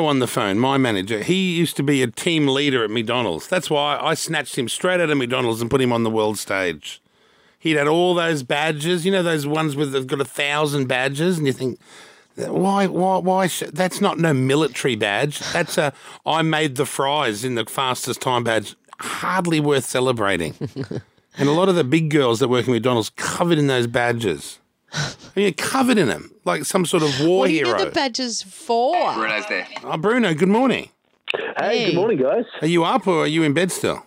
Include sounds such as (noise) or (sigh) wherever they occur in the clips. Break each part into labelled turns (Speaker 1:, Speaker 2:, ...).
Speaker 1: on the phone, my manager, he used to be a team leader at McDonald's. That's why I snatched him straight out of McDonald's and put him on the world stage. He'd had all those badges, you know, those ones with they've got a thousand badges, and you think, why, why, why? Sh-? That's not no military badge. That's a I made the fries in the fastest time badge. Hardly worth celebrating. (laughs) and a lot of the big girls that work in McDonald's covered in those badges. (laughs) I mean, covered in them, like some sort of war
Speaker 2: What do you
Speaker 1: hero.
Speaker 2: get the badges for?
Speaker 3: Bruno's there.
Speaker 1: Oh, Bruno, good morning.
Speaker 2: Hey.
Speaker 4: Hey, good morning, guys.
Speaker 1: Are you up or are you in bed still?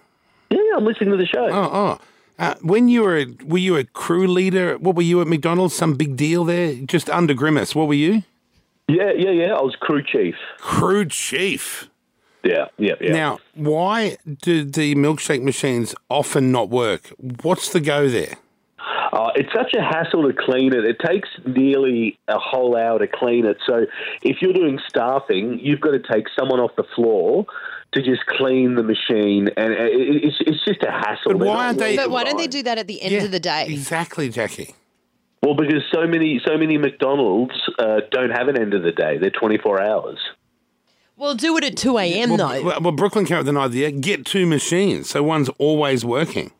Speaker 4: Yeah, I'm listening to the show.
Speaker 1: Oh, oh. Uh, when you were, a- were you a crew leader? What were you at McDonald's? Some big deal there? Just under grimace. What were you?
Speaker 4: Yeah, yeah, yeah. I was crew chief.
Speaker 1: Crew chief.
Speaker 4: Yeah, yeah, yeah.
Speaker 1: Now, why do the milkshake machines often not work? What's the go there?
Speaker 4: Uh, it's such a hassle to clean it. It takes nearly a whole hour to clean it. So if you're doing staffing, you've got to take someone off the floor to just clean the machine, and it- it- it's it's just a hassle.
Speaker 1: But
Speaker 4: They're
Speaker 1: why
Speaker 4: not
Speaker 1: aren't they-
Speaker 4: well
Speaker 2: But why don't they
Speaker 4: designed.
Speaker 2: do that at the end of the day?
Speaker 1: Exactly, Jackie.
Speaker 4: Well, because so many so many McDonald's uh, don't have an end of the day. They're 24 hours.
Speaker 2: Well, do it at 2 a.m.
Speaker 1: Well,
Speaker 2: though.
Speaker 1: well, well, Brooklyn came up with an idea get two machines so one's always working.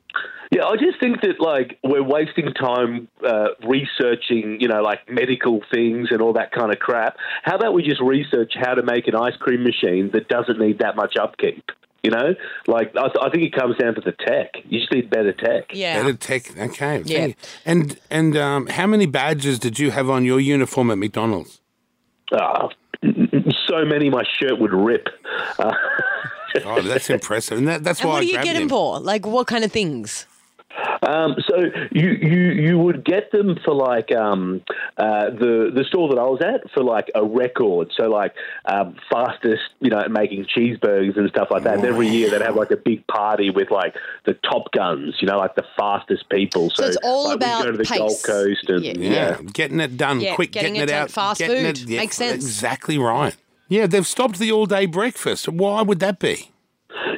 Speaker 4: Yeah, I just think that like we're wasting time uh, researching, you know, like medical things and all that kind of crap. How about we just research how to make an ice cream machine that doesn't need that much upkeep? You know, like I, th- I think it comes down to the tech. You just need better tech.
Speaker 2: yeah.
Speaker 1: Better tech. Okay. thank
Speaker 2: Yeah.
Speaker 1: you. And, and um, how many badges did you have on your uniform at McDonald's?
Speaker 4: Ah, (laughs) so many, my shirt would rip. Uh,
Speaker 1: Oh,
Speaker 2: (laughs)
Speaker 1: that's impressive. And that, that's
Speaker 2: And
Speaker 1: why
Speaker 2: what
Speaker 1: I
Speaker 2: do you
Speaker 1: grabbed
Speaker 2: get them
Speaker 1: him.
Speaker 2: for? Like, what kind of things?
Speaker 4: Um, so you, you you would get them for like um, uh, the the store that I was at for like a record. So like um, fastest, you know, at making cheeseburgers and stuff like that. And every year they'd have like a big party with like the top guns, you know, like the fastest people. So,
Speaker 2: So it's all
Speaker 4: like, we'd
Speaker 2: about
Speaker 4: go to the
Speaker 2: pace.
Speaker 4: Gold Coast and
Speaker 2: Yeah.
Speaker 1: Yeah. getting it done
Speaker 2: Yeah,
Speaker 1: quick, getting,
Speaker 2: getting it
Speaker 1: it
Speaker 2: done
Speaker 1: out
Speaker 2: fast
Speaker 1: getting
Speaker 2: food. Makes sense.
Speaker 1: Exactly right. Yeah, they've stopped the all-day breakfast. Why would that be?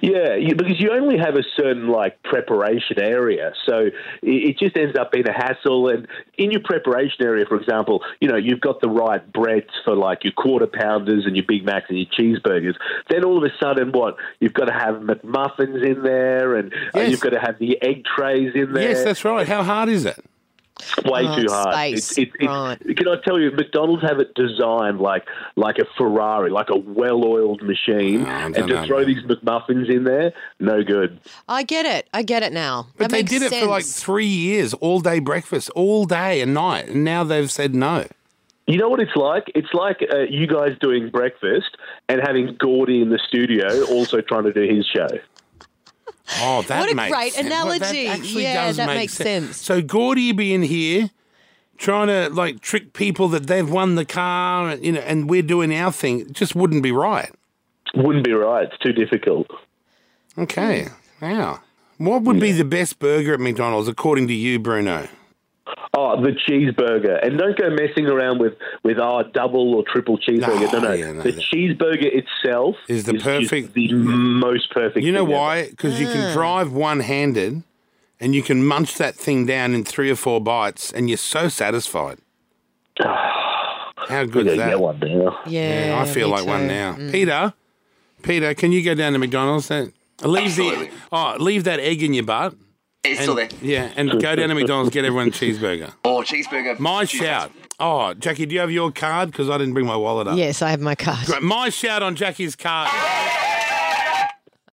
Speaker 4: Yeah, you, because you only have a certain like preparation area, so it, it just ends up being a hassle. And in your preparation area, for example, you know you've got the right breads for like your quarter pounders and your Big Macs and your cheeseburgers. Then all of a sudden, what you've got to have McMuffins in there, and uh,
Speaker 1: Yes.
Speaker 4: you've got to have the egg trays in there.
Speaker 1: Yes, that's right. How hard is it?
Speaker 4: way
Speaker 2: Oh,
Speaker 4: too
Speaker 2: it's
Speaker 4: hard.
Speaker 2: space. Right.
Speaker 4: Can I tell you, McDonald's have it designed like like a Ferrari, like a well-oiled machine,
Speaker 1: Oh, I
Speaker 4: and
Speaker 1: don't
Speaker 4: to
Speaker 1: know,
Speaker 4: throw
Speaker 1: man.
Speaker 4: these McMuffins in there, no good.
Speaker 2: I get it. I get it now.
Speaker 1: But
Speaker 2: that
Speaker 1: they
Speaker 2: makes
Speaker 1: did it
Speaker 2: sense.
Speaker 1: for like three years, all-day breakfast, all day and night, and now they've said no.
Speaker 4: You know what it's like? It's like uh, you guys doing breakfast and having Gordy in the studio also trying to do his show.
Speaker 1: Oh, that
Speaker 2: What a
Speaker 1: makes
Speaker 2: great
Speaker 1: sense.
Speaker 2: analogy.
Speaker 1: that actually
Speaker 2: Yeah,
Speaker 1: does
Speaker 2: that
Speaker 1: make
Speaker 2: makes sense.
Speaker 1: So Gordy being here, trying to like trick people that they've won the car, you know, and we're doing our thing, just wouldn't be right.
Speaker 4: Wouldn't be right. It's too difficult.
Speaker 1: Okay. Wow. What would be the best burger at McDonald's according to you, Bruno?
Speaker 4: Oh, the cheeseburger. And don't go messing around with, with our double or triple
Speaker 1: No,
Speaker 4: cheeseburger. No, no.
Speaker 1: Ah, yeah, no,
Speaker 4: the
Speaker 1: that-
Speaker 4: cheeseburger itself
Speaker 1: Is the
Speaker 4: just
Speaker 1: perfect-
Speaker 4: the most perfect.
Speaker 1: You know
Speaker 4: thing ever.
Speaker 1: why? Because you can drive one-handed, and you can munch that thing down in three or four bites, and you're so satisfied. How good
Speaker 4: Yeah,
Speaker 1: is
Speaker 4: yeah,
Speaker 1: that?
Speaker 4: one now.
Speaker 2: yeah,
Speaker 1: Yeah, I feel
Speaker 2: me
Speaker 1: like one
Speaker 2: too.
Speaker 1: now. Peter, Peter, can you go down to McDonald's? And leave the
Speaker 3: Absolutely.
Speaker 1: oh, leave that egg in your butt.
Speaker 3: It's still
Speaker 1: And,
Speaker 3: there.
Speaker 1: yeah, and go down to McDonald's, get everyone a cheeseburger.
Speaker 3: Oh, cheeseburger.
Speaker 1: My
Speaker 3: Cheeseburger.
Speaker 1: shout. Oh, Jackie, do you have your card? Because I didn't bring my wallet up.
Speaker 2: Yes, I have my card.
Speaker 1: Great. My shout on Jackie's card.